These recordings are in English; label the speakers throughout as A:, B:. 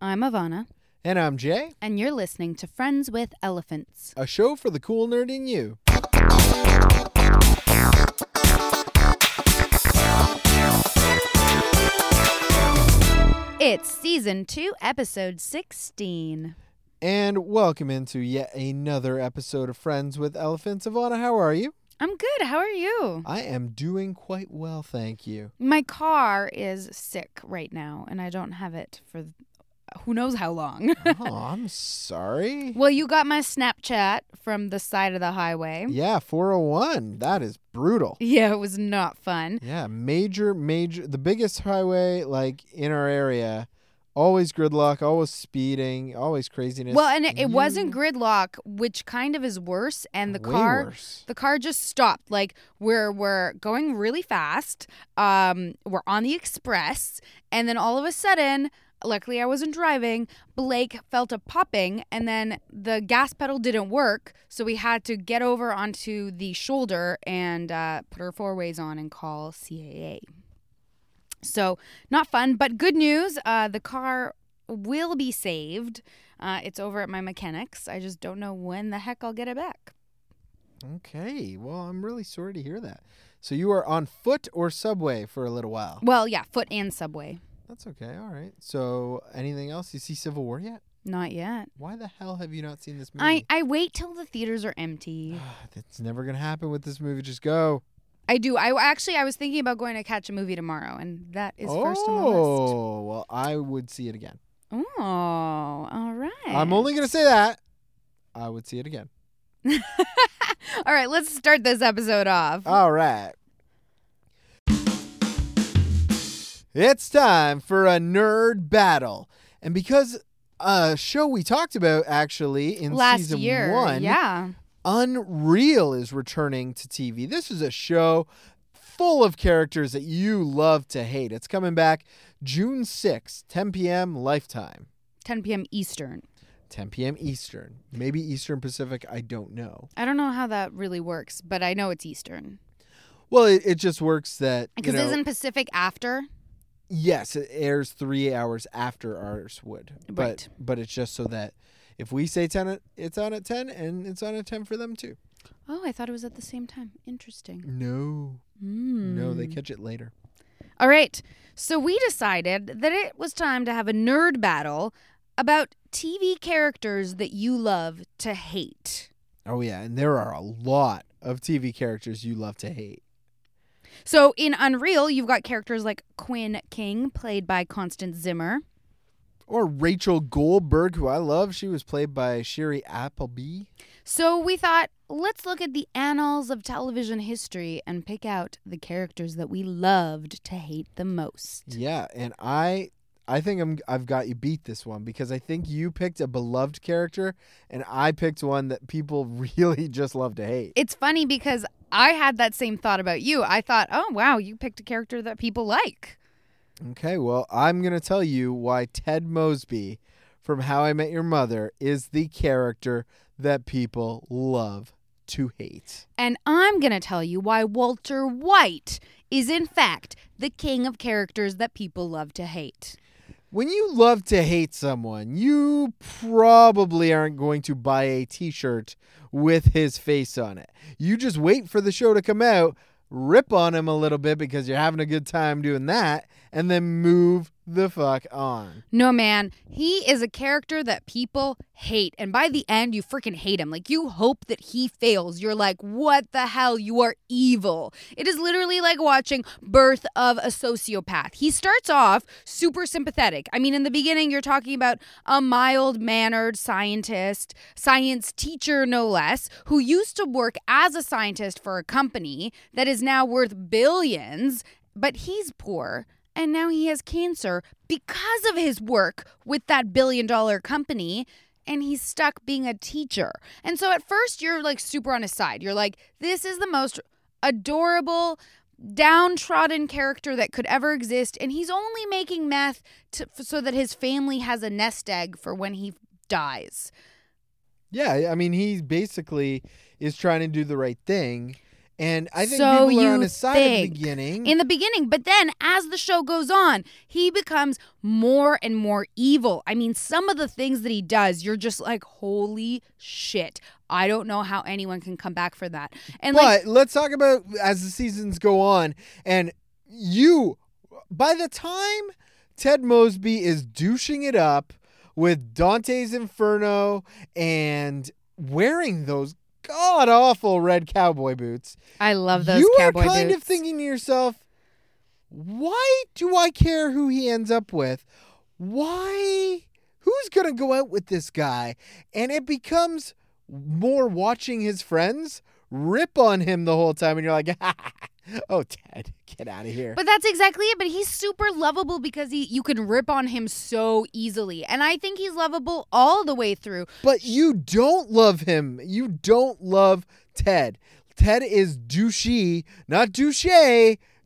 A: I'm Ivana,
B: And I'm Jay,
A: and you're listening to Friends with Elephants.
B: a show for the cool nerd in you.
A: It's season two, episode 16.
B: And welcome into yet another episode of Friends with Elephants. Ivana, how are you?
A: I'm good. How are you?
B: I am doing quite well, thank you.
A: My car is sick right now, and I don't have it for who knows how long.
B: oh, I'm sorry.
A: well, you got my Snapchat from the side of the highway.
B: Yeah, 401. That is brutal.
A: Yeah, it was not fun.
B: Yeah, major, major, the biggest highway like in our area. Always gridlock, always speeding, always craziness.
A: Well, and it,
B: You-
A: it wasn't gridlock, which kind of is worse, and the
B: way
A: car
B: worse.
A: the car just stopped like we're we're going really fast um we're on the express and then all of a sudden luckily i wasn't driving blake felt a popping and then the gas pedal didn't work so we had to get over onto the shoulder and uh, put her four ways on and call caa so not fun but good news uh, the car will be saved uh, it's over at my mechanics i just don't know when the heck i'll get it back
B: Okay, well, I'm really sorry to hear that. So you are on foot or subway for a little while.
A: Well, yeah, foot and subway.
B: That's okay. All right. So, anything else? You see Civil War yet?
A: Not yet.
B: Why the hell have you not seen this
A: I,
B: movie?
A: I wait till the theaters are empty.
B: That's never gonna happen with this movie. Just go.
A: I do. I actually I was thinking about going to catch a movie tomorrow, and that is
B: oh,
A: first on the list.
B: well, I would see it again.
A: Oh, all right.
B: I'm only gonna say that. I would see it again.
A: all right. Let's start this episode off.
B: All right. It's time for a nerd battle, and because a show we talked about actually in
A: Last
B: season
A: year,
B: one,
A: yeah,
B: Unreal is returning to TV. This is a show full of characters that you love to hate. It's coming back June 6th, 10 p.m. Lifetime,
A: 10 p.m. Eastern.
B: 10 p.m. Eastern, maybe Eastern Pacific. I don't know.
A: I don't know how that really works, but I know it's Eastern
B: Well, it, it just works that you
A: because
B: know,
A: isn't Pacific after?
B: yes, it airs three hours after ours would,
A: Right.
B: but but it's just so that if we say 10, at- it's on at 10, and it's on at 10 for them too.
A: Oh, I thought it was at the same time. Interesting.
B: No,
A: Mm.
B: no, they catch it later.
A: All right. So we decided that it was time to have a nerd battle about TV characters that you love to hate.
B: Oh yeah, and there are a lot of TV characters you love to hate.
A: So in Unreal, you've got characters like Quinn King, played by Constance Zimmer.
B: Or Rachel Goldberg, who I love. She was played by Sherry Appleby.
A: So we thought, let's look at the annals of television history and pick out the characters that we loved to hate the most.
B: Yeah, and I I think I'm I've got you beat this one because I think you picked a beloved character and I picked one that people really just love to hate.
A: It's funny because I had that same thought about you. I thought, oh, wow, you picked a character that people like.
B: Okay, well, I'm going to tell you why Ted Mosby from How I Met Your Mother is the character that people love to hate.
A: And I'm going to tell you why Walter White is, in fact, the king of characters that people love to hate.
B: When you love to hate someone, you probably aren't going to buy a t shirt with his face on it. You just wait for the show to come out, rip on him a little bit because you're having a good time doing that, and then move the fuck on.
A: No, man, he is a character that people hate. And by the end, you freaking hate him. Like, you hope that he fails. You're like, what the hell? You are evil. It is literally like watching Birth of a Sociopath. He starts off super sympathetic. I mean, in the beginning, you're talking about a mild mannered scientist, science teacher, no less, who used to work as a scientist for a company that is now worth billions, but he's poor and now he has cancer because of his work with that billion dollar company and he's stuck being a teacher. And so at first you're like super on his side. You're like this is the most adorable downtrodden character that could ever exist and he's only making meth to, f- so that his family has a nest egg for when he dies.
B: Yeah, I mean, he basically is trying to do the right thing. And I think
A: So
B: people are on
A: you
B: his side at the
A: think.
B: beginning.
A: in the beginning. But then as the show goes on, he becomes more and more evil. I mean, some of the things that he does, you're just like, holy shit. I don't know how anyone can come back for that. And like,
B: but let's talk about as the seasons go on and you by the time ted mosby is douching it up with dante's inferno and wearing those god awful red cowboy boots
A: I love those
B: you
A: cowboy
B: are kind
A: boots.
B: of thinking to yourself why do i care who he ends up with why who's gonna go out with this guy and it becomes more watching his friends rip on him the whole time and you're like oh ted get out of here
A: But that's exactly it. But he's super lovable because he you can rip on him so easily. And I think he's lovable all the way through.
B: But you don't love him. You don't love Ted. Ted is douchey, not douche,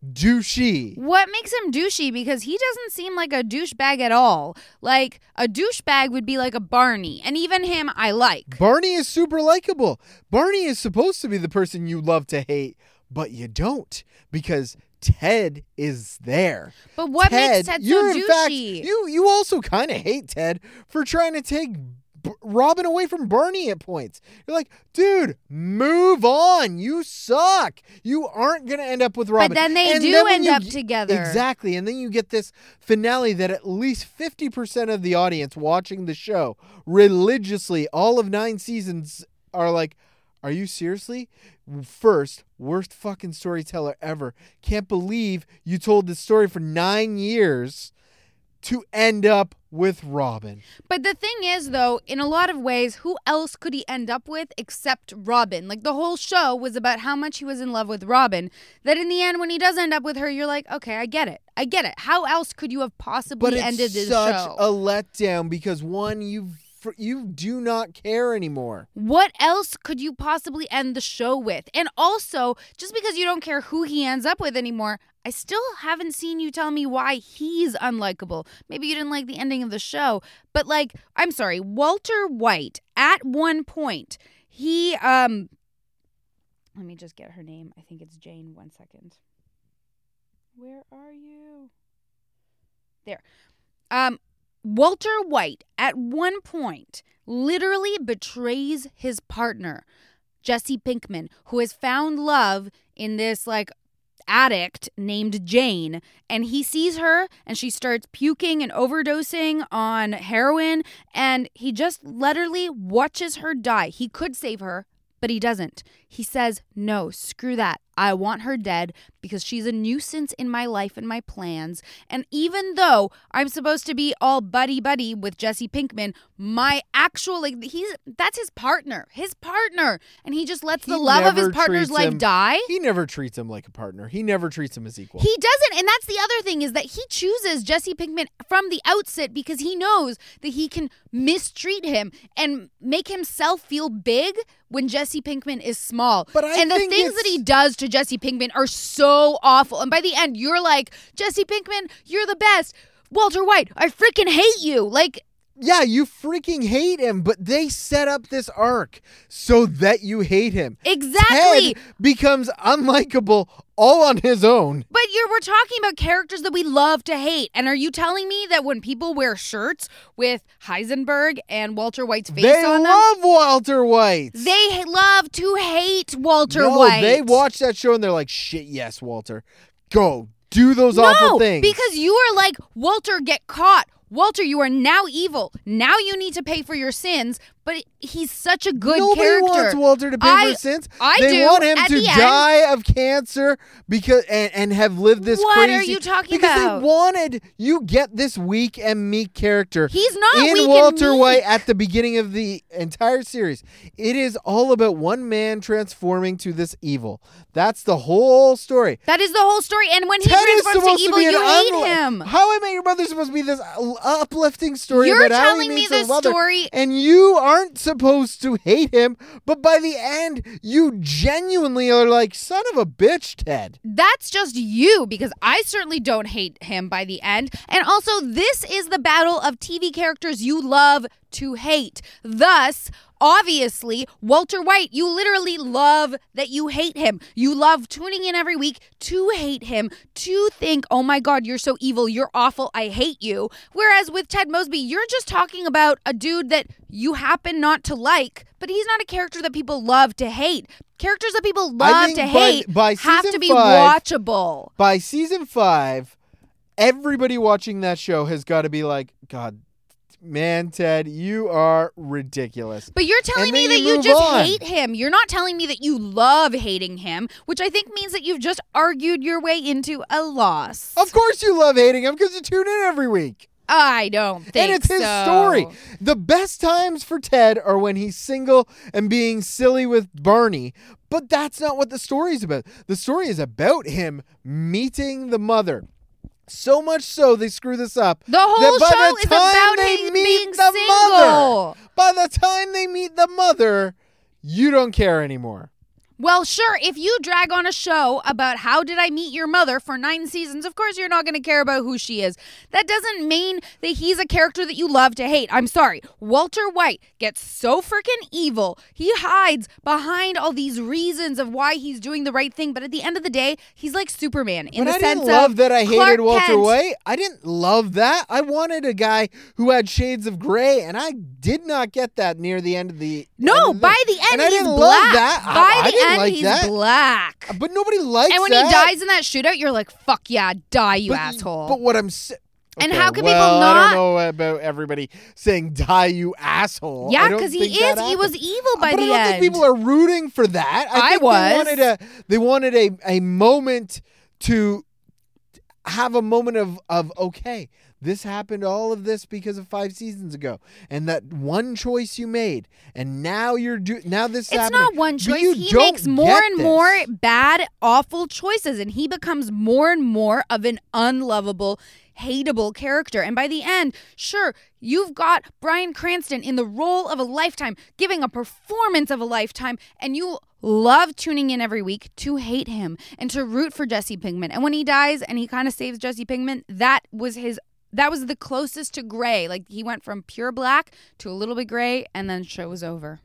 B: douchey.
A: What makes him douchey? Because he doesn't seem like a douchebag at all. Like a douchebag would be like a Barney. And even him I like.
B: Barney is super likable. Barney is supposed to be the person you love to hate, but you don't because Ted is there.
A: But what
B: Ted,
A: makes Ted
B: you're
A: so
B: in fact,
A: douchey?
B: you you also kind of hate Ted for trying to take B- Robin away from Barney at points. You're like, dude, move on. You suck. You aren't gonna end up with Robin.
A: but then they
B: And
A: do
B: then when
A: end
B: you
A: up
B: g-
A: together.
B: Exactly. And then you get this finale that at least 50% of the audience watching the show religiously, all of nine seasons, are like, Are you seriously? First, worst fucking storyteller ever. Can't believe you told this story for nine years to end up with Robin.
A: But the thing is, though, in a lot of ways, who else could he end up with except Robin? Like the whole show was about how much he was in love with Robin. That in the end, when he does end up with her, you're like, okay, I get it. I get it. How else could you have possibly
B: But it's
A: ended this
B: such
A: show?
B: a letdown because one, you fr- you do not care anymore.
A: what else could you possibly end the show with? And also, just because you don't care who he ends up with anymore, I still haven't seen you tell me why he's unlikable. Maybe you didn't like the ending of the show, but like, I'm sorry, Walter White at one point, he um let me just get her name. I think it's Jane. One second. Where are you? There. Um Walter White at one point literally betrays his partner, Jesse Pinkman, who has found love in this like addict named Jane. And he sees her and she starts puking and overdosing on heroin. And he just literally watches her die. He could save her, but he doesn't. He says, No, screw that. I want her dead because she's a nuisance in my life and my plans. And even though I'm supposed to be all buddy buddy with Jesse Pinkman, my actual, like, he's that's his partner, his partner. And he just lets
B: He
A: the love of his
B: never
A: partner's
B: treats
A: life
B: him-
A: die.
B: He never treats him like a partner. He never treats him as equal.
A: He doesn't, and that's the other thing is that he chooses Jesse Pinkman from the outset because he knows that he can mistreat him and make himself feel big when Jesse Pinkman is small.
B: But I
A: and the
B: think
A: things that
B: it's-
A: he does to Jesse Pinkman are so awful. And by the end, you're like, Jesse Pinkman, you're the best. Walter White, I freaking hate you. Like,
B: Yeah, you freaking hate him, but they set up this arc so that you hate him.
A: exactly.
B: Ted becomes unlikable all on his own.
A: But you're we're talking about characters that we love to hate. And are you telling me that when people wear shirts with Heisenberg and Walter White's face
B: they
A: on them,
B: love Walter White.
A: they h- love to hate Walter
B: no,
A: White?
B: They watch that show and they're like, shit, yes, Walter. Go do those
A: no,
B: awful things.
A: because you are like Walter. Get caught, Walter. You are now evil. Now you need to pay for your sins. But he's such a good
B: Nobody
A: character.
B: wants Walter to pay
A: I-
B: for sins.
A: I
B: they
A: do,
B: want him
A: at
B: to
A: the end.
B: die of cancer because and, and have lived this
A: What are
B: crazy.
A: you talking
B: because
A: about?
B: they wanted you get this weak and meek character.
A: He's not
B: in
A: weak and
B: Walter
A: meek.
B: White at the beginning of the entire series. It is all about one man transforming to this evil. That's the whole story.
A: that is the whole story. And when he
B: Ted is
A: transforms
B: supposed
A: to evil,
B: to be an
A: you hate
B: unli-
A: him.
B: How I Met Your Mother is supposed to be this uplifting story
A: You're
B: about how he
A: telling me
B: meets
A: this
B: his mother,
A: story-
B: and you aren't supposed to hate him. But by the end, you genuinely are like, "Son of a bitch, Ted."
A: That's just you because I certainly don't hate him by the end. And also, this is the battle of TV characters you love to hate. Thus, obviously, Walter White, you literally love that you hate him. You love tuning in every week to hate him, to think, oh my God, you're so evil, you're awful, I hate you. Whereas with Ted Mosby, you're just talking about a dude that you happen not to like, but he's not a character that people love to hate. Characters that people love
B: think
A: to
B: by-
A: hate
B: by
A: have
B: season
A: to be
B: five-
A: watchable.
B: By season five, everybody watching that show has got to be like, God, man, Ted, you are ridiculous.
A: But you're telling
B: And
A: me
B: then
A: that
B: you
A: you
B: move
A: just
B: on.
A: hate him. You're not telling me that you love hating him, which I think means that you've just argued your way into a loss.
B: Of course you love hating him because you tune in every week.
A: I don't think
B: and it's his
A: so.
B: story. The best times for Ted are when he's single and being silly with Barney, but that's not what the story's about. The story is about him meeting the mother. So much so they screw this up.
A: The whole
B: that by
A: show
B: the
A: is
B: time
A: about
B: they
A: him
B: meet
A: being
B: the
A: single.
B: Mother, by the time they meet the mother, you don't care anymore.
A: Well, sure, if you drag on a show about how did I meet your mother for nine seasons, of course you're not going to care about who she is. That doesn't mean that he's a character that you love to hate. I'm sorry. Walter White gets so freaking evil. He hides behind all these reasons of why he's doing the right thing, but at the end of the day, he's like Superman in
B: But
A: the
B: I
A: sense
B: didn't love
A: of
B: that I hated
A: Clark
B: Walter
A: Kent.
B: White. I didn't love that. I wanted a guy who had shades of gray, and I did not get that near the end of the. end
A: No,
B: of the
A: by
B: thing.
A: the end
B: and I
A: he's
B: didn't
A: black.
B: love that. I-
A: By
B: I
A: the
B: didn't
A: end
B: like
A: he's
B: that.
A: black.
B: But nobody likes
A: And when
B: that.
A: he dies in that shootout, you're like, "Fuck yeah, die, you
B: but,
A: asshole."
B: But what I'm saying.
A: And how can people
B: well, I
A: not-
B: don't know about everybody saying "die, you asshole."
A: yeah,
B: because
A: he is. He was evil by
B: but
A: the
B: I don't
A: end.
B: think people are rooting for that.
A: I
B: I, think
A: was.
B: They wanted a they wanted a, a moment to have a moment of of okay, this happened all of this because of five seasons ago, and that one choice you made, and now you're do now this.
A: It's not one choice. He makes more and more bad, awful choices, and he becomes more and more of an unlovable, hateable character. And by the end, sure, you've got Brian Cranston in the role of a lifetime, giving a performance of a lifetime, and you love tuning in every week to hate him and to root for Jesse Pinkman. And when he dies and he kind of saves Jesse Pinkman, that was his. That was the closest to gray. Like he went from pure black to a little bit gray, and then show was over.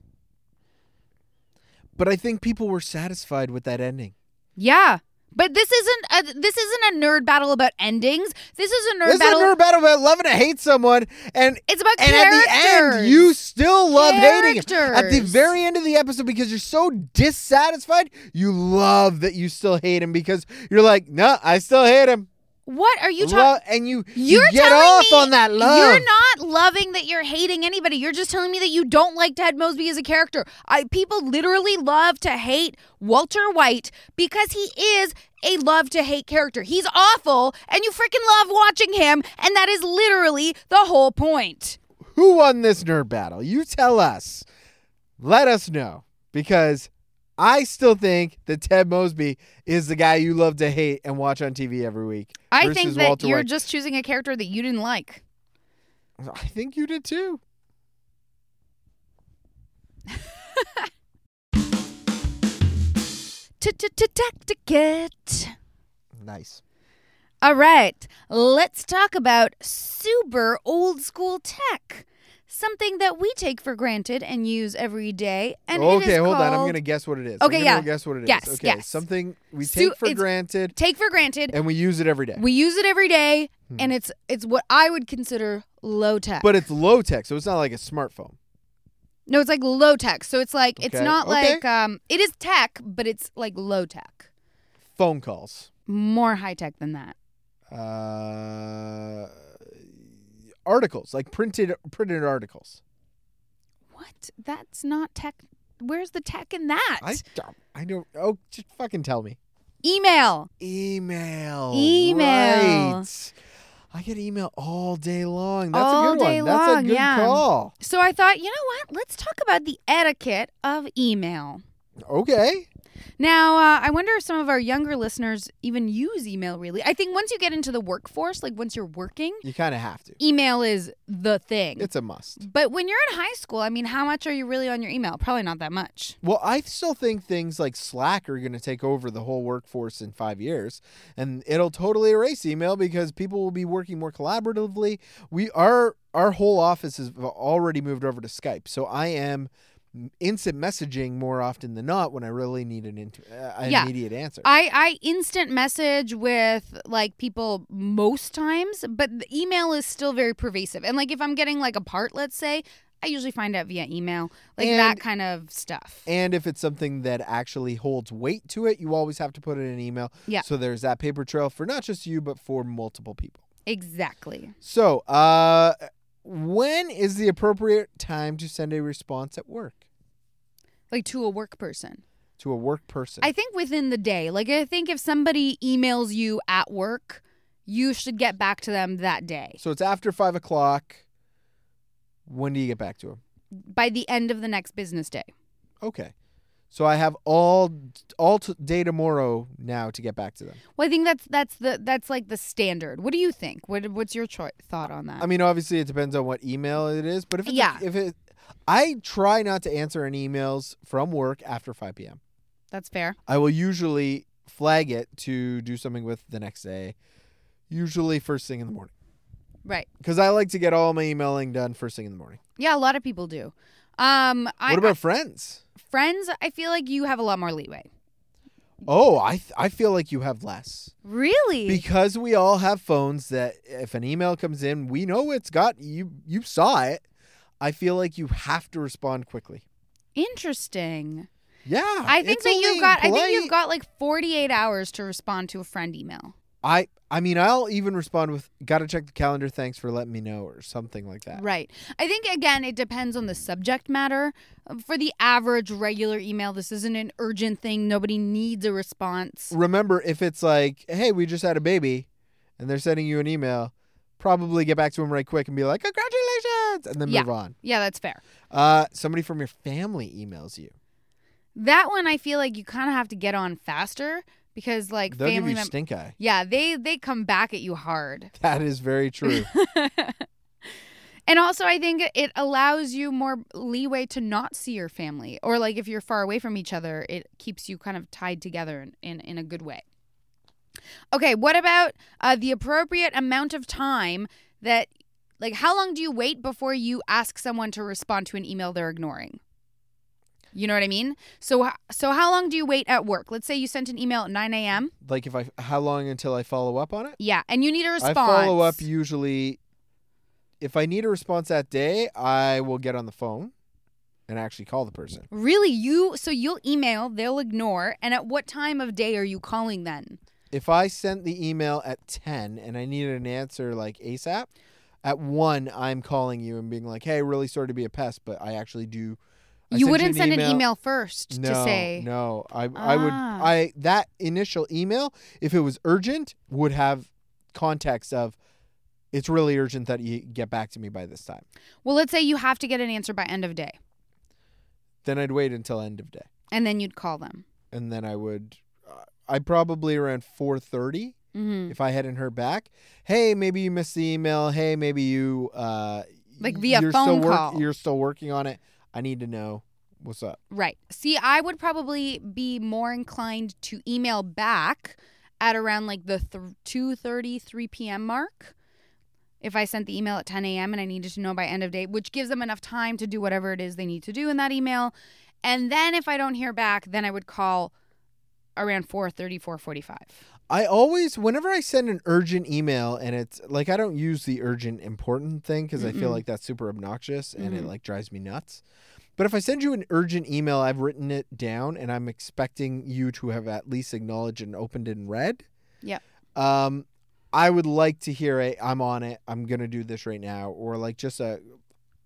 B: But I think people were satisfied with that ending.
A: Yeah. But this isn't a this isn't a nerd battle about endings. This is a nerd
B: This
A: battle.
B: is a nerd battle about loving to hate someone, and
A: It's about
B: And
A: characters.
B: at the end, you still love hating him. At the
A: Characters.
B: very end of the episode, because you're so dissatisfied, you love that you still hate him because you're like, no, I still hate him.
A: what are you
B: Lo-
A: talking?
B: and you, you
A: You're
B: get
A: telling
B: off
A: me
B: on that love.
A: You're not loving that you're hating anybody. You're just telling me that you don't like Ted Mosby as a character. I people literally love to hate Walter White because he is a love to hate character. He's awful, and you freaking love watching him, and that is literally the whole point.
B: Who won this nerd battle? You tell us. Let us know because I still think that Ted Mosby is the guy you love to hate and watch on TV every week.
A: I
B: versus
A: think that
B: Walter
A: you're
B: White.
A: just choosing a character that you didn't like.
B: I think you did too.
A: Ticket.
B: Nice.
A: All right, let's talk about super old school tech. Something that we take for granted and use every day. And it
B: okay,
A: is
B: hold on. I'm
A: called-
B: gonna guess what it is.
A: Okay,
B: I'm gonna
A: yeah.
B: Guess what it is.
A: Yes,
B: okay,
A: yes.
B: something we
A: Su-
B: take for
A: it's-
B: granted
A: take for granted.
B: and we use it every day.
A: We use it every day,
B: Hmm.
A: and it's it's what I would consider low tech.
B: but it's low tech, so it's not like a smartphone.
A: no, it's like low tech. So it's like it's
B: Okay,
A: not
B: okay.
A: like um it is tech, but it's like low tech.
B: Phone calls.
A: More high tech than that.
B: Uh, articles like printed printed articles.
A: What? That's not tech. Where's the tech in that?
B: I don't. I don't. Oh, just fucking tell me.
A: Email.
B: Email.
A: Email.
B: Right. I get email all day long. That's
A: All
B: a good
A: day
B: one. That's
A: long,
B: a good
A: yeah.
B: call.
A: So I thought, you know what? Let's talk about the etiquette of email.
B: Okay.
A: Now, uh, I wonder if some of our younger listeners even use email really. I think once you get into the workforce, like once you're working,
B: You kind of have to.
A: email is the thing.
B: It's a must.
A: but when you're in high school, I mean, how much are you really on your email? Probably not that much.
B: Well, I still think things like Slack are going to take over the whole workforce in five years, and it'll totally erase email because people will be working more collaboratively. We our our whole office has already moved over to Skype, so I am instant messaging more often than not when I really need an int- uh,
A: Yeah.
B: immediate answer.
A: I, I instant message with like people most times, but the email is still very pervasive. And like if I'm getting like a part, let's say, I usually find out via email, like that
B: And-
A: kind of stuff.
B: and if it's something that actually holds weight to it, you always have to put it in an email.
A: Yeah.
B: So there's that paper trail for not just you, but for multiple people.
A: exactly.
B: So, uh, when is the appropriate time to send a response at work
A: Like to a work person.
B: to a work person?
A: I think within the day. Like I think if somebody emails you at work, you should get back to them that day.
B: so it's after five o'clock. When do you get back to him?
A: By the end of the next business day.
B: Okay, so I have all all t- day tomorrow now to get back to them.
A: Well, I think that's that's the that's like the standard. What do you think? What what's your choi- thought on that?
B: I mean, obviously it depends on what email it is, but if it's a-
A: Yeah.
B: if it, I try not to answer any emails from work after five p.m.
A: that's fair.
B: I will usually flag it to do something with the next day, usually first thing in the morning.
A: Right.
B: because I like to get all my emailing done first thing in the morning.
A: Yeah, a lot of people do. Um I,
B: what about friends?
A: friends? I feel like you have a lot more leeway.
B: Oh, I th- I feel like you have less
A: Really?
B: because we all have phones that if an email comes in, we know it's got you. You saw it. I feel like you have to respond quickly.
A: Interesting.
B: Yeah,
A: I think
B: Ah, it's
A: that
B: only
A: you've got I think
B: polite.
A: you've got like 48 hours to respond to a friend email.
B: I I mean, I'll even respond with "Got to check the calendar. Thanks for letting me know" or something like that.
A: Right. I think again it depends on the subject matter. Uh, For the average regular email, this isn't an urgent thing. Nobody needs a response.
B: Remember, if it's like, "Hey, we just had a baby," and they're sending you an email, probably get back to them right quick and be like, "Congratulations," and then
A: Yeah.
B: move on.
A: Yeah, that's fair.
B: Uh, somebody from your family emails you.
A: That one I feel like you kind of have to get on faster because like
B: They'll give
A: family
B: you
A: members
B: stink eye.
A: Yeah, they they come back at you hard.
B: That is very true.
A: And also I think it allows you more leeway to not see your family or like if you're far away from each other, it keeps you kind of tied together in in, in a good way. Okay, what about uh, the appropriate amount of time that, like, how long do you wait before you ask someone to respond to an email they're ignoring? You know what I mean? So, h- so how long do you wait at work? Let's say you sent an email at 9 a.m.
B: like if I, how long until I follow up on it?
A: Yeah, and you need a response.
B: I follow up usually. If I need a response that day, I will get on the phone and actually call the person.
A: Really, you? So you'll email, they'll ignore, and at what time of day are you calling then?
B: If I sent the email at ten and I needed an answer like ASAP, at one I'm calling you and being like, "Hey, really sorry to be a pest, but I actually do." I
A: you
B: sent
A: wouldn't send
B: email-
A: an email first
B: no,
A: to say.
B: no. I I would
A: Ah.
B: I that initial email, if it was urgent, would have context of it's really urgent that you get back to me by this time.
A: Well, let's say you have to get an answer by end of day,
B: Then I'd wait until end of day,
A: and then you'd call them.
B: and then I would. Uh, I probably around four thirty.
A: Mm-hmm.
B: If I hadn't heard back, hey, maybe you missed the email. Hey, maybe you uh,
A: Like via
B: you're
A: phone
B: still work-
A: call.
B: You're still working on it. I need to know what's up.
A: Right. See, I would probably be more inclined to email back at around like the th- 2 3 p.m. mark if I sent the email at 10 a.m. and I needed to know by end of day, which gives them enough time to do whatever it is they need to do in that email. And then if I don't hear back, then I would call around 4.30, 4.45.
B: I always, whenever I send an urgent email, and it's like I don't use the urgent important thing because I feel
A: Mm-mm.
B: like that's super obnoxious and it
A: Mhm.
B: like drives me nuts. But if I send you an urgent email, I've written it down and I'm expecting you to have at least acknowledged and opened it and read.
A: Yep.
B: Um, I would like to hear a I'm on it, I'm gonna do this right now, or like just a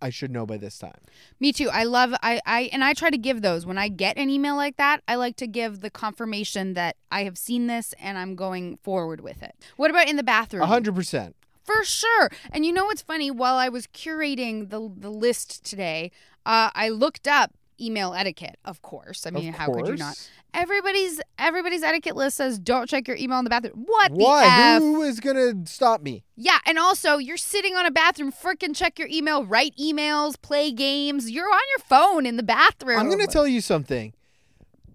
B: I should know by this time.
A: Me too. I love, I, I, and I try to give those. When I get an email like that, I like to give the confirmation that I have seen this and I'm going forward with it. What about in the bathroom?
B: A hundred percent.
A: For sure. And you know what's funny? While I was curating the the list today, uh, I looked up email etiquette, of course. I mean,
B: of
A: how
B: course.
A: could you not? Everybody's everybody's etiquette list says don't check your email in the bathroom. What the
B: Why?
A: F?
B: Who is gonna stop me?
A: Yeah, and also you're sitting on a bathroom, freaking check your email, write emails, play games. You're on your phone in the bathroom.
B: I'm gonna tell you something.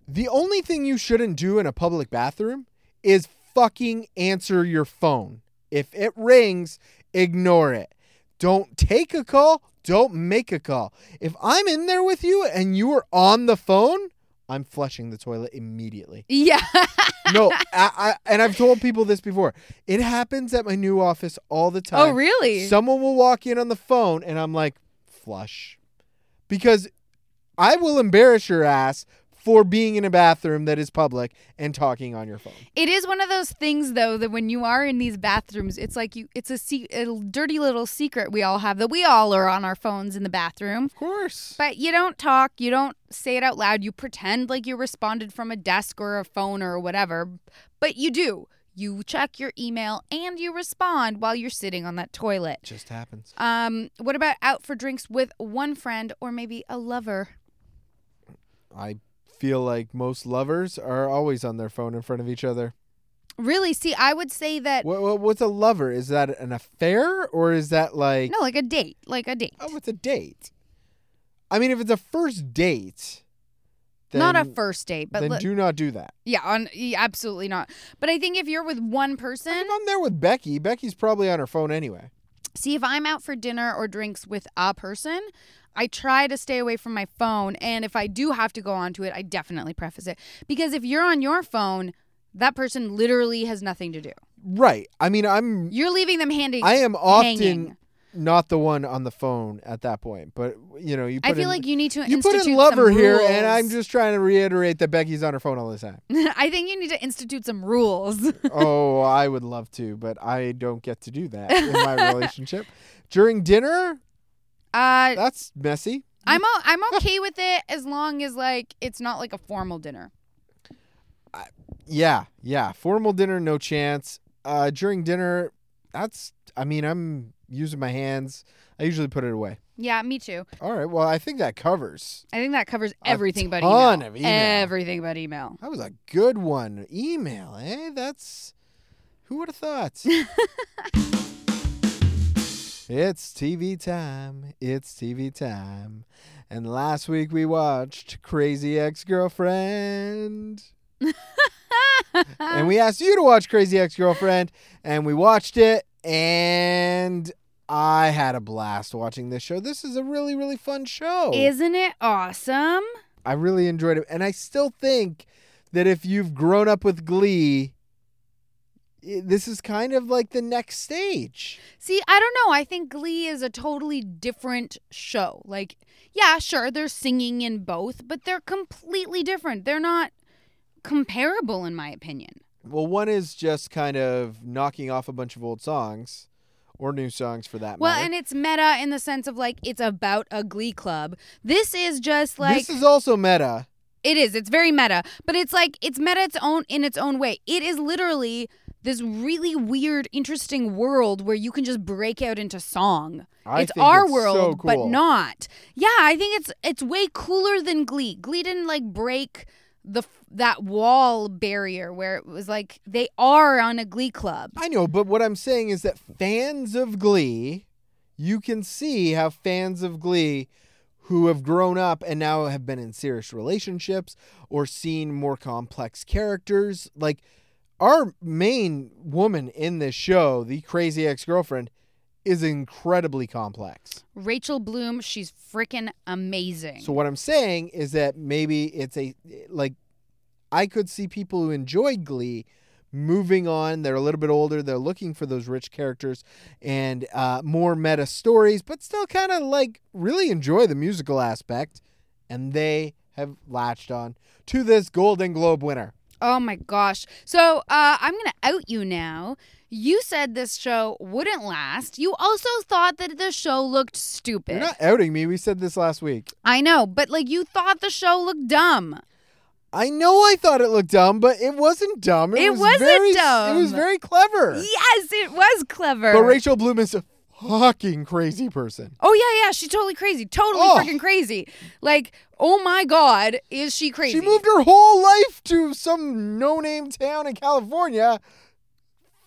B: The only thing you shouldn't do in a public bathroom is fucking answer your phone. If it rings, ignore it. Don't take a call. Don't make a call. If I'm in there with you and you are on the phone, I'm flushing the toilet immediately.
A: Yeah.
B: No, I, I, and I've told people this before. It happens at my new office all the time.
A: oh, really?
B: Someone will walk in on the phone and I'm like, flush. Because I will embarrass your ass for being in a bathroom that is public and talking on your phone.
A: It is one of those things, though, that when you are in these bathrooms, it's like you, it's a, se- a dirty little secret we all have that we all are on our phones in the bathroom.
B: Of course.
A: But you don't talk, you don't say it out loud, you pretend like you responded from a desk or a phone or whatever, but you do. You check your email and you respond while you're sitting on that toilet.
B: Just happens.
A: Um, what about out for drinks with one friend or maybe a lover?
B: I feel like most lovers are always on their phone in front of each other.
A: Really? See, I would say that
B: What, what, what's a lover? Is that an affair or is that like,
A: no, like a date, like a date.
B: oh, it's a date? I mean, if it's a first date, then,
A: Not a first date, but
B: then
A: li-
B: do not do that.
A: yeah, on yeah, absolutely not. But I think if you're with one person,
B: If I'm there with Becky, Becky's probably on her phone anyway.
A: see if I'm out for dinner or drinks with a person, I try to stay away from my phone and if I do have to go onto it, I definitely preface it because if you're on your phone, that person literally has nothing to do.
B: Right. I mean, I'm
A: You're leaving them handy.
B: I am often
A: hanging.
B: not the one on the phone at that point, but you know, you put
A: I feel
B: in,
A: like you need to
B: you put
A: institute
B: in lover
A: some
B: here, and I'm
A: rules.
B: just trying to reiterate that Becky's on her phone all the time.
A: I think you need to institute some rules. Uh,
B: oh, I would love to, but I don't get to do that in my relationship. During dinner,
A: Uh,
B: that's messy.
A: I'm o- I'm okay with it as long as like it's not like a formal dinner.
B: Yeah, yeah. Formal dinner, no chance. Uh, during dinner, that's. I mean, I'm using my hands. I usually put it away.
A: Yeah, me too.
B: All right. Well, I think that covers.
A: I think that covers
B: A
A: everything but
B: ton
A: email.
B: of email.
A: Everything but email.
B: That was a good one. Email, eh? That's who would have thought? it's TV time. It's TV time. And last week we watched Crazy Ex Girlfriend. and we asked you to watch Crazy Ex Girlfriend, and we watched it, and I had a blast watching this show. This is a really, really fun show.
A: Isn't it awesome?
B: I really enjoyed it, and I still think that if you've grown up with Glee, i- this is kind of like the next stage.
A: See, I don't know. I think Glee is a totally different show. Like, yeah, sure, there's singing in both, but they're completely different. They're not comparable, in my opinion.
B: Well, one is just kind of knocking off a bunch of old songs, or new songs for that
A: Well,
B: matter.
A: and it's meta in the sense of like it's about a glee club. This is just like
B: this is also meta.
A: it is. It's very meta, but it's like it's meta its own in its own way. It is literally this really weird, interesting world where you can just break out into song.
B: I
A: it's
B: think
A: our
B: it's so
A: world, but
B: cool.
A: not. Yeah, I think it's it's way cooler than Glee. Glee didn't like break the f- that wall barrier where it was like they are on a Glee club.
B: I know, but what I'm saying is that fans of Glee, you can see how fans of Glee who have grown up and now have been in serious relationships or seen more complex characters, like our main woman in this show, the crazy ex girlfriend, is incredibly complex.
A: Rachel Bloom, she's freaking amazing.
B: So what I'm saying is that maybe it's a like I could see people who enjoy Glee moving on. They're a little bit older. They're looking for those rich characters and uh, more meta stories, but still kind of like really enjoy the musical aspect. And they have latched on to this Golden Globe winner.
A: Oh my gosh. So uh, I'm going to out you now. You said this show wouldn't last. You also thought that the show looked stupid.
B: You're not outing me. We said this last week.
A: I know, but like you thought the show looked dumb.
B: I know I thought it looked dumb, but it wasn't dumb. It,
A: It
B: was
A: wasn't
B: very, It
A: dumb.
B: was very clever.
A: Yes, it was clever.
B: But Rachel Bloom is fucking crazy person.
A: Oh yeah, yeah, she's totally crazy, totally
B: Oh.
A: freaking crazy. Like, oh my god, is she crazy?
B: She moved her whole life to some no-name town in California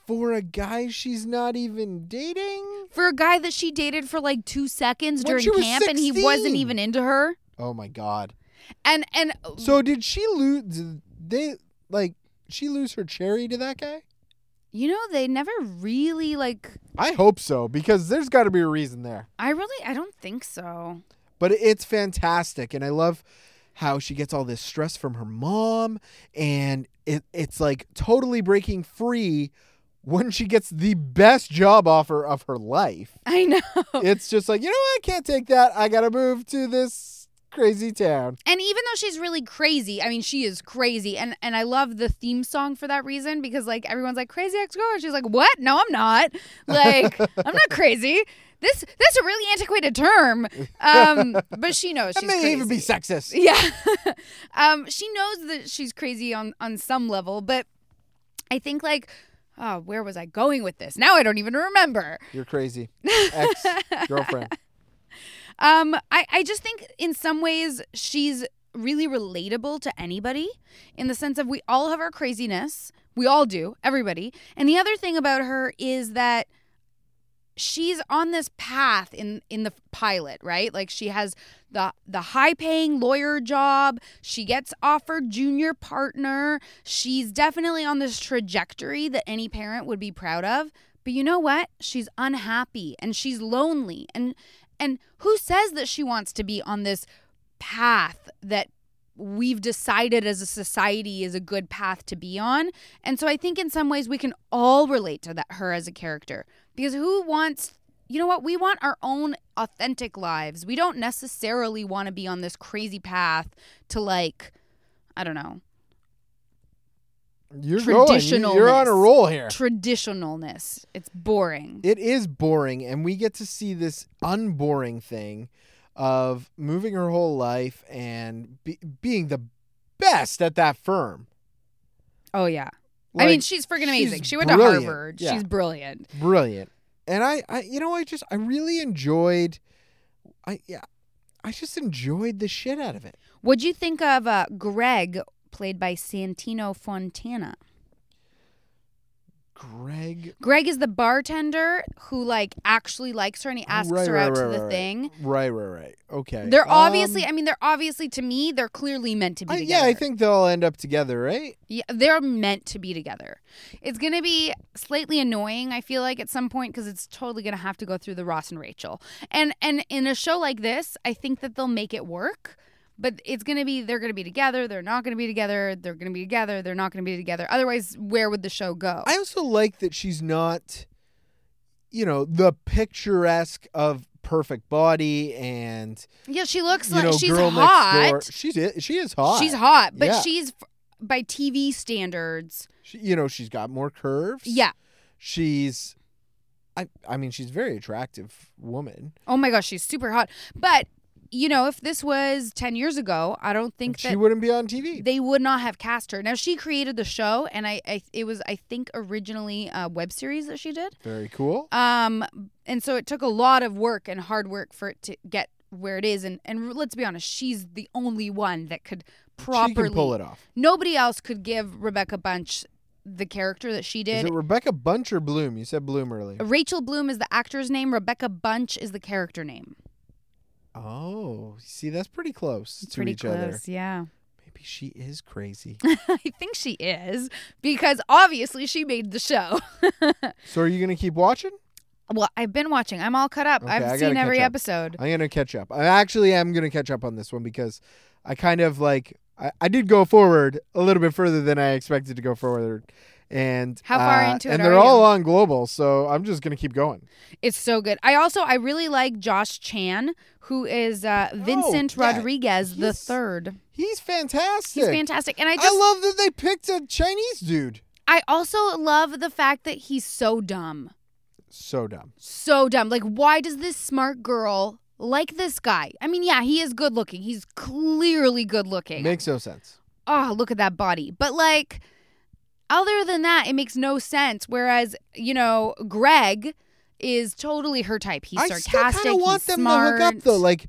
B: for a guy she's not even dating.
A: for a guy that she dated for like two seconds
B: When
A: during
B: she was
A: camp, and he wasn't
B: 16.
A: even into her.
B: Oh my god.
A: And and
B: So did she lose? Did they like she lose her cherry to that guy?
A: you know they never really like.
B: I hope so because there's got to be a reason there.
A: I really I don't think so.
B: But it's fantastic, and I love how she gets all this stress from her mom, and it, it's like totally breaking free when she gets the best job offer of her life.
A: I know.
B: It's just like you know what? I can't take that. I gotta move to this crazy town.
A: And even though she's really crazy, I mean, she is crazy, and and I love the theme song for that reason because like everyone's like crazy ex-girlfriend, she's like, what? No, I'm not. Like, I'm not crazy. This that's a really antiquated term. Um, but she knows
B: That
A: she's
B: may
A: crazy.
B: even be sexist.
A: yeah, um, she knows that she's crazy on on some level, but I think like, oh, where was I going with this? Now I don't even remember.
B: You're crazy, ex girlfriend.
A: Um, I, I just think in some ways she's really relatable to anybody in the sense of we all have our craziness. We all do, everybody. And the other thing about her is that she's on this path in in the pilot, right? Like she has the the high-paying lawyer job, she gets offered junior partner. She's definitely on this trajectory that any parent would be proud of. But you know what? She's unhappy and she's lonely and and who says that she wants to be on this path that we've decided as a society is a good path to be on? And so I think in some ways we can all relate to that her as a character because who wants you know what? We want our own authentic lives. We don't necessarily want to be on this crazy path to like I don't know,
B: You're going. You- You're on a
A: Traditionalness.
B: roll here.
A: traditionalness. It's boring.
B: It is boring, and we get to see this unboring thing of moving her whole life and be- being the best at that firm.
A: oh yeah. I
B: Like,
A: mean, she's freaking amazing.
B: she's
A: she went
B: brilliant.
A: to Harvard.
B: Yeah.
A: She's brilliant.
B: brilliant. And I, I, you know, I just, I really enjoyed. I, yeah, I just enjoyed the shit out of it.
A: What'd you think of uh, Greg, played by Santino Fontana?
B: Greg,
A: Greg is the bartender who like actually likes her and he
B: Oh,
A: asks
B: right,
A: her
B: right,
A: out to
B: right,
A: the
B: right, right.
A: thing.
B: right, right, right. Okay,
A: They're obviously,
B: Um,
A: I mean, they're obviously to me, they're clearly meant to be
B: I-
A: together.
B: yeah, I think they'll end up together, right?
A: Yeah, they're meant to be together. It's going to be slightly annoying, I feel like, at some point because it's totally going to have to go through the Ross and Rachel. And and in a show like this, I think that they'll make it work. But it's going to be they're going to be together. They're not going to be together. They're going to be together. They're not going to be together. Otherwise, where would the show go?
B: I also like that she's not, you know, the picturesque of perfect body and
A: yeah, she looks
B: you
A: like
B: know,
A: she's
B: girl next door.
A: hot.
B: She's i- she is hot.
A: She's hot, but
B: Yeah.
A: she's f- by TV standards.
B: She, you know, she's got more curves.
A: Yeah.
B: she's. I I mean, she's a very attractive woman.
A: Oh my gosh, she's super hot. But you know, if this was ten years ago, I don't think that
B: she wouldn't be on TV.
A: they would not have cast her. Now she created the show, and I, I it was I think originally a web series that she did.
B: Very cool.
A: Um, and so it took a lot of work and hard work for it to get where it is. And and let's be honest, she's the only one that could
B: she
A: properly.
B: can pull it off.
A: Nobody else could give Rebecca Bunch the character that she
B: Is
A: did.
B: it Rebecca Bunch or Bloom? You said Bloom earlier.
A: Rachel Bloom is the actor's name. Rebecca Bunch is the character name.
B: Oh, see, that's pretty close to
A: Pretty
B: each
A: close,
B: other.
A: yeah.
B: Maybe she is crazy.
A: I think she is because obviously she made the show.
B: so, are you gonna keep watching?
A: Well, I've been watching. I'm all caught up.
B: Okay, I
A: I've
B: gotta
A: seen every
B: catch up.
A: episode.
B: I'm gonna catch up. I actually am gonna catch up on this one because I kind of like I, I did go forward a little bit further than I expected to go forward. And
A: How far
B: uh,
A: into it
B: And
A: are
B: they're
A: you?
B: all on global, so I'm just gonna keep going.
A: It's so good. I also I really like Josh Chan, who is uh, Vincent
B: yeah.
A: Rodriguez the
B: Oh, He's-
A: third.
B: He's fantastic.
A: He's fantastic, and I
B: I,
A: just
B: love that they picked a Chinese dude.
A: I also love the fact that he's so dumb,
B: So dumb.
A: so dumb. Like, why does this smart girl like this guy? I mean, yeah, he is good looking. He's clearly good looking.
B: Makes no sense.
A: oh, look at that body. But like, other than that, it makes no sense. Whereas, you know, Greg is totally her type. He's
B: I
A: sarcastic.
B: still kind of want
A: he's
B: them
A: smart.
B: to hook up though. Like,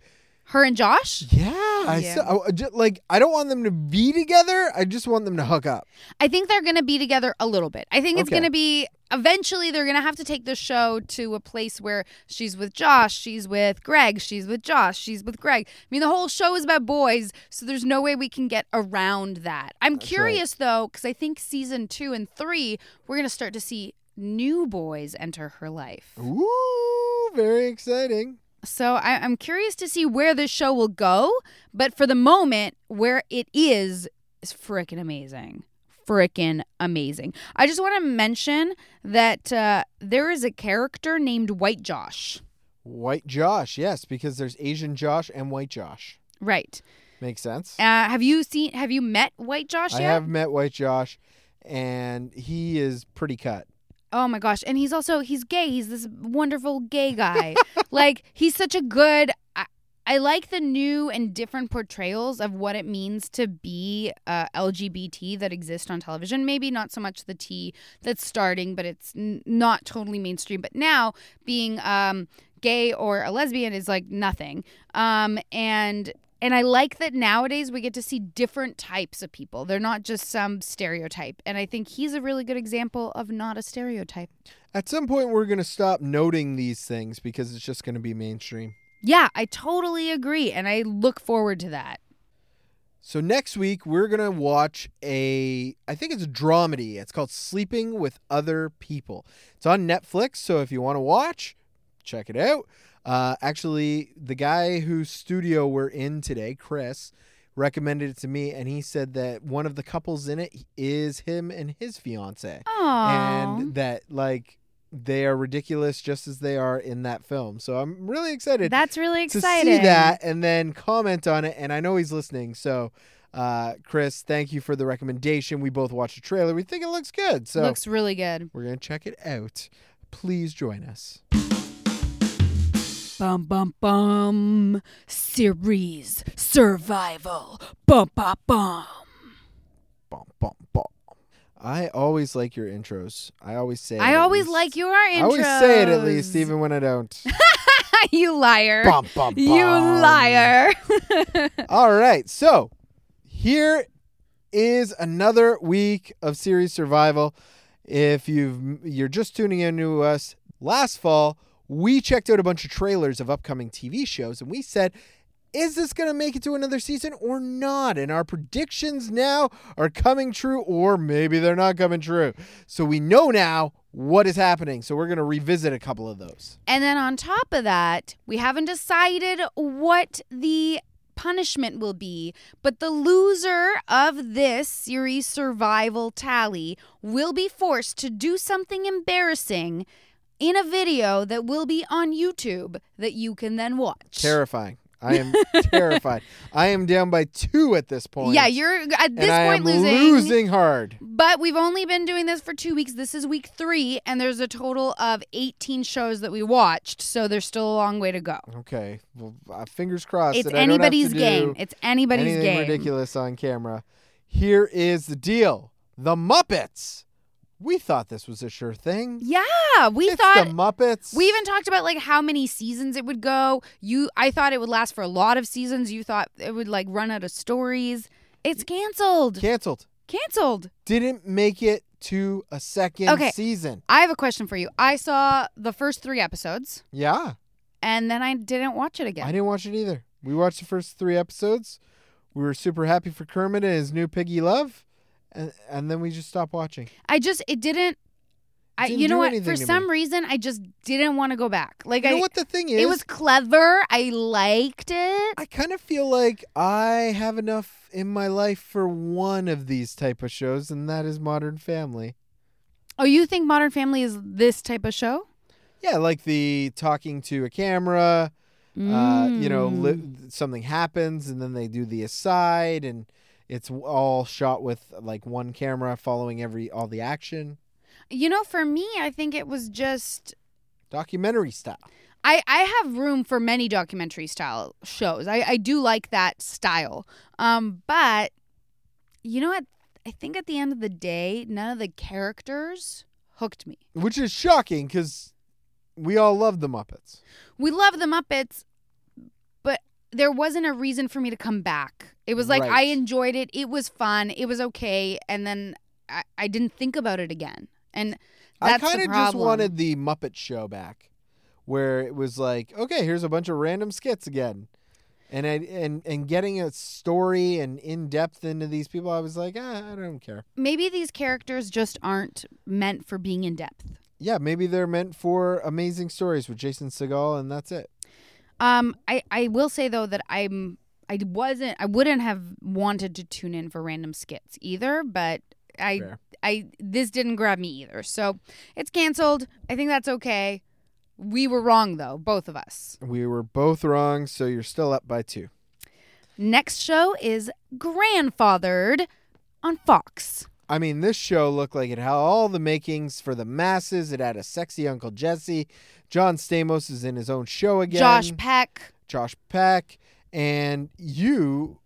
A: her and Josh.
B: yeah, I
A: Yeah.
B: still- I- I ju- like I don't want them to be together. I just want them to hook up.
A: I think they're going to be together a little bit. I think it's
B: Okay.
A: going to be eventually they're going to have to take the show to a place where she's with Josh, she's with Greg, she's with Josh, she's with Greg. I mean, the whole show is about boys, so there's no way we can get around that. I'm
B: right.
A: curious though, because I think season two and three, we're going to start to see new boys enter her life.
B: Ooh, very exciting.
A: So I, I'm curious to see where this show will go, but for the moment, where it is is freaking amazing. Freaking amazing. I just want to mention that uh, there is a character named White Josh.
B: White Josh, yes, because there's Asian Josh and White Josh.
A: Right.
B: Makes sense.
A: Uh, have you seen? Have you met White Josh
B: I
A: yet?
B: have met White Josh, and he is pretty cut.
A: Oh my gosh. And he's also he's gay. He's this wonderful gay guy. like he's such a good I, I like the new and different portrayals of what it means to be uh, LGBT that exist on television. Maybe not so much the T that's starting, but it's n- not totally mainstream. But now being um, gay or a lesbian is like nothing. Um, and and I like that nowadays we get to see different types of people. They're not just some stereotype. And I think he's a really good example of not a stereotype.
B: At some point, we're gonna stop noting these things because it's just gonna be mainstream.
A: Yeah, I totally agree. And I look forward to that.
B: So next week we're gonna watch a I think it's a dramedy. It's called Sleeping with Other People. It's on Netflix, so if you want to watch, check it out. Uh, actually, the guy whose studio we're in today, Chris, recommended it to me, and he said that one of the couples in it is him and his fiance,
A: Aww.
B: and that like they are ridiculous just as they are in that film. So I'm really excited
A: That's really
B: to
A: exciting.
B: see that and then comment on it. And I know he's listening. So, uh, Chris, thank you for the recommendation. We both watched the trailer. We think it looks good. So,
A: Looks really good.
B: we're going to check it out. Please join us.
A: Bum bum bum. Series survival. Bum bum bum.
B: Bum, bum, bum. I always like your intros. I always say. it
A: I
B: at
A: always
B: least.
A: like your
B: I
A: intros.
B: always say it at least, even when I don't.
A: you liar.
B: bum, bum, bum.
A: You liar.
B: All right. So here is another week of series survival. If you've you're just tuning in to us, last fall we checked out a bunch of trailers of upcoming TV shows and we said is this going to make it to another season or not? And our predictions now are coming true, or maybe they're not coming true. So we know now what is happening. So we're going to revisit a couple of those.
A: And then on top of that, we haven't decided what the punishment will be, but the loser of this series survival tally will be forced to do something embarrassing in a video that will be on YouTube that you can then watch.
B: Terrifying. I am terrified. I am down by two at this point.
A: Yeah, you're at this
B: and I
A: point
B: am losing hard.
A: But we've only been doing this for two weeks. This is week three, and there's a total of 18 shows that we watched, so there's still a long way to go.
B: Okay, well, uh, fingers crossed.
A: It's
B: that I don't have to
A: anybody's
B: do
A: game. It's anybody's
B: anything
A: game.
B: ridiculous on camera. Here is the deal: the Muppets. We thought this was a sure thing.
A: Yeah, we
B: It's
A: thought
B: the Muppets.
A: we even talked about like how many seasons it would go. You I thought it would last for a lot of seasons. You thought it would like run out of stories. It's canceled.
B: canceled.
A: canceled.
B: Didn't make it to a second
A: Okay.
B: season.
A: I have a question for you. I saw the first 3 episodes
B: Yeah,
A: and then I didn't watch it again.
B: I didn't watch it either. We watched the first three episodes. We were super happy for Kermit and his new piggy love, and and then we just stopped watching.
A: I just it didn't I,
B: Didn't
A: you know
B: do
A: what?
B: anything
A: For
B: to me.
A: some reason, I just didn't want to go back. Like
B: you
A: I,
B: know what the thing is?
A: it was clever. I liked it.
B: I kind of feel like I have enough in my life for one of these type of shows, and that is Modern Family.
A: Oh, you think Modern Family is this type of show?
B: Yeah, like the talking to a camera. Uh, you know,
A: Mm.
B: li- something happens, and then they do the aside, and it's all shot with like one camera following every all the action,
A: You know, for me, I think it was just
B: documentary style.
A: I I have room for many documentary style shows. I I do like that style. Um, but you know what? I think at the end of the day, none of the characters hooked me.
B: which is shocking because We all love the Muppets.
A: We love the Muppets, but there wasn't a reason for me to come back. It was like
B: Right.
A: I enjoyed it. It was fun. It was okay. And then I, I didn't think about it again. And that's
B: I
A: kind of
B: just wanted the Muppet Show back, where it was like, okay, here's a bunch of random skits again, and I, and and getting a story and in depth into these people, I was like, ah, I don't care.
A: Maybe these characters just aren't meant for being in depth.
B: Yeah, maybe they're meant for amazing stories with Jason Segal, and that's it.
A: Um, I, I will say though that I'm I wasn't I wouldn't have wanted to tune in for random skits either, but I
B: Fair.
A: I this didn't grab me either. So it's canceled. I think that's okay. We were wrong though, both of us.
B: We were both wrong, so you're still up by two.
A: Next show is Grandfathered on Fox.
B: I mean, this show looked like it had all the makings for the masses. It had a sexy Uncle Jesse. John Stamos is in his own show again.
A: Josh Peck.
B: Josh Peck, and you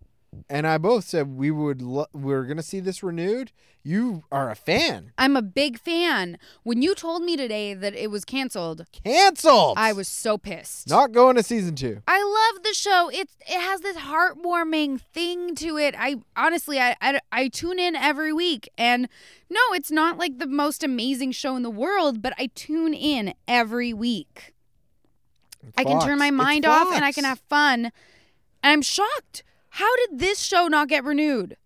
B: and I both said we would lo- we are gonna see this renewed. You are a fan.
A: I'm a big fan. When you told me today that it was canceled,
B: Cancelled.
A: I was so pissed.
B: not going to season two.
A: I love the show. It's it has this heartwarming thing to it. I honestly, I, I I tune in every week, and no, it's not like the most amazing show in the world, but I tune in every week. I can turn
B: Fox.
A: my
B: It's
A: mind off and I
B: Fox.
A: can have fun. And I'm shocked. How did this show not get renewed?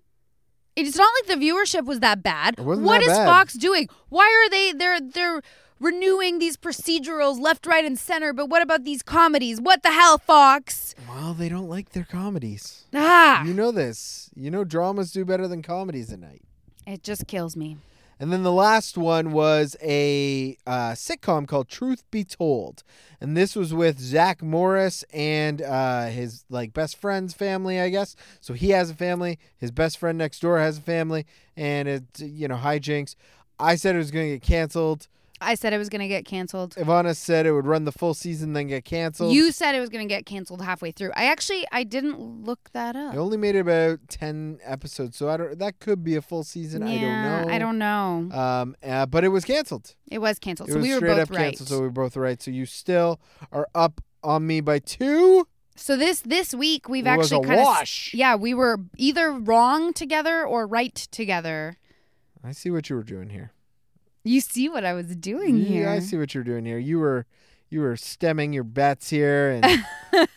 A: It's not like the viewership was that bad.
B: It wasn't
A: What
B: that
A: is
B: bad.
A: Fox doing? Why are they they're they're renewing these procedurals left, right, and center? But what about these comedies? What the hell, Fox?
B: Well, they don't like their comedies.
A: Ah,
B: You know this. You know dramas do better than comedies at night.
A: it just kills me.
B: And then the last one was a uh, sitcom called Truth Be Told, and this was with Zach Morris and uh, his like best friend's family, I guess. So he has a family. His best friend next door has a family, and it's you know hijinks. I said it was going to get canceled.
A: I said it was gonna get canceled.
B: Ivana said it would run the full season, then get canceled.
A: You said it was gonna get canceled halfway through. I actually I didn't look that up.
B: They only made it about ten episodes, so I don't. That could be a full season. I
A: Yeah,
B: don't know.
A: I don't know.
B: Um, uh, but it was canceled.
A: It was canceled.
B: It
A: so
B: was
A: we were
B: straight
A: both
B: up
A: right.
B: canceled, so we were both right. So you still are up on me by two.
A: So this this week we've
B: It was
A: actually
B: a
A: kind of
B: wash.
A: yeah we were either wrong together or right together.
B: I see what you were doing here.
A: You see what I was doing
B: Yeah,
A: here.
B: I see what you're doing here. You were you were stemming your bets here and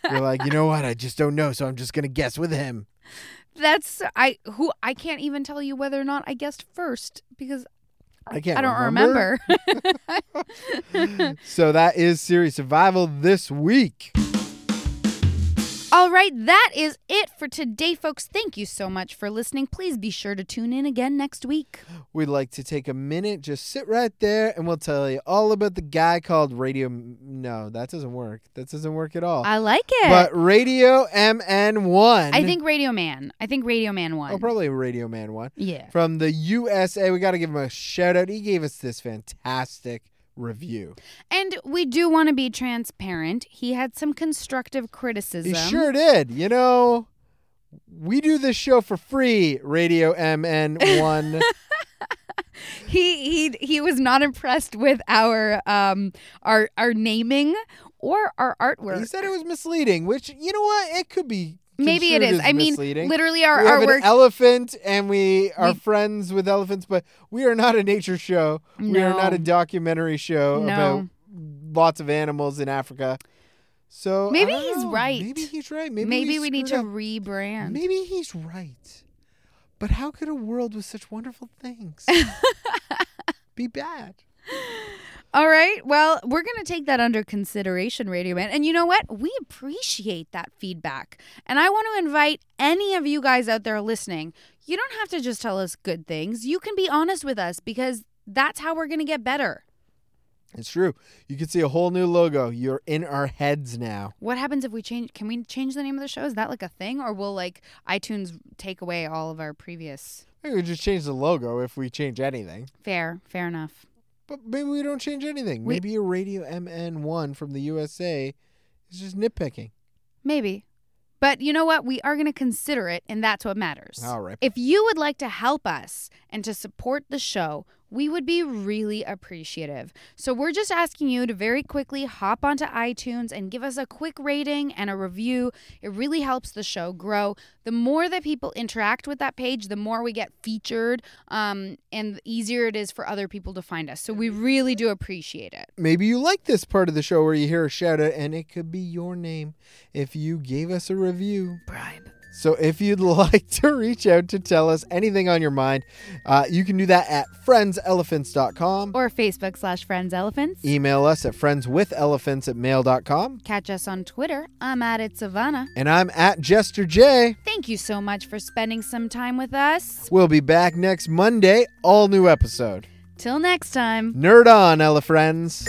B: you're like, you know what, I just don't know, so I'm just gonna guess with him.
A: That's I who I can't even tell you whether or not I guessed first because
B: I can't
A: I don't
B: remember.
A: remember.
B: so that is series survival this week.
A: All right, that is it for today, folks. Thank you so much for listening. Please be sure to tune in again next week.
B: We'd like to take a minute, just sit right there, and we'll tell you all about the guy called Radio M- No, that doesn't work. That doesn't work at all.
A: I like it.
B: Oh, But Radio MN1.
A: I think Radio Man. I think Radio Man won.
B: Oh, probably Radio Man one
A: yeah.
B: from the USA. We got to give him a shout out. He gave us this fantastic review.
A: And we do want to be transparent. He had some constructive criticism.
B: He sure did. You know, we do this show for free. Radio MN one.
A: he he he was not impressed with our um our our naming or our artwork.
B: he said it was misleading, which you know what, it could be.
A: Maybe it
B: construed
A: is.
B: as
A: I mean,
B: misleading.
A: literally our
B: we have
A: artwork.
B: an elephant, and we are
A: We-
B: friends with elephants, but we are not a nature show. We are
A: No.
B: not a documentary show
A: No.
B: about lots of animals in Africa. So I
A: Maybe
B: don't
A: he's
B: know.
A: right.
B: Maybe he's right. Maybe,
A: maybe
B: we,
A: we need to
B: screwed up.
A: rebrand.
B: Maybe he's right. But how could a world with such wonderful things be bad?
A: All right. Well, we're going to take that under consideration, Radio Man. And you know what? We appreciate that feedback. And I want to invite any of you guys out there listening. You don't have to just tell us good things. You can be honest with us because that's how we're going to get better.
B: It's true. You can see a whole new logo. You're in our heads now.
A: What happens if we change? Can we change the name of the show? Is that like a thing, or will like iTunes take away all of our previous?
B: Maybe we just change the logo if we change anything.
A: Fair, fair enough.
B: But maybe we don't change anything.
A: We-
B: maybe a Radio MN1 from the USA is just nitpicking.
A: Maybe. But you know what? We are going to consider it, and that's what matters.
B: All right.
A: If you would like to help us and to support the show, we would be really appreciative. So we're just asking you to very quickly hop onto iTunes and give us a quick rating and a review. It really helps the show grow. The more that people interact with that page, the more we get featured, um, and the easier it is for other people to find us. So we really do appreciate it.
B: Maybe you like this part of the show where you hear a shout out, and it could be your name if you gave us a review.
A: Bribe.
B: So if you'd like to reach out to tell us anything on your mind, uh, you can do that at friendselephants.com.
A: Or Facebook slash Friends Elephants.
B: Email us at friendswithelephants at mail.com.
A: Catch us on Twitter. I'm at it Savannah.
B: And I'm at Jester J.
A: Thank you so much for spending some time with us.
B: We'll be back next Monday, all new episode.
A: Till next time.
B: Nerd on, Ella friends.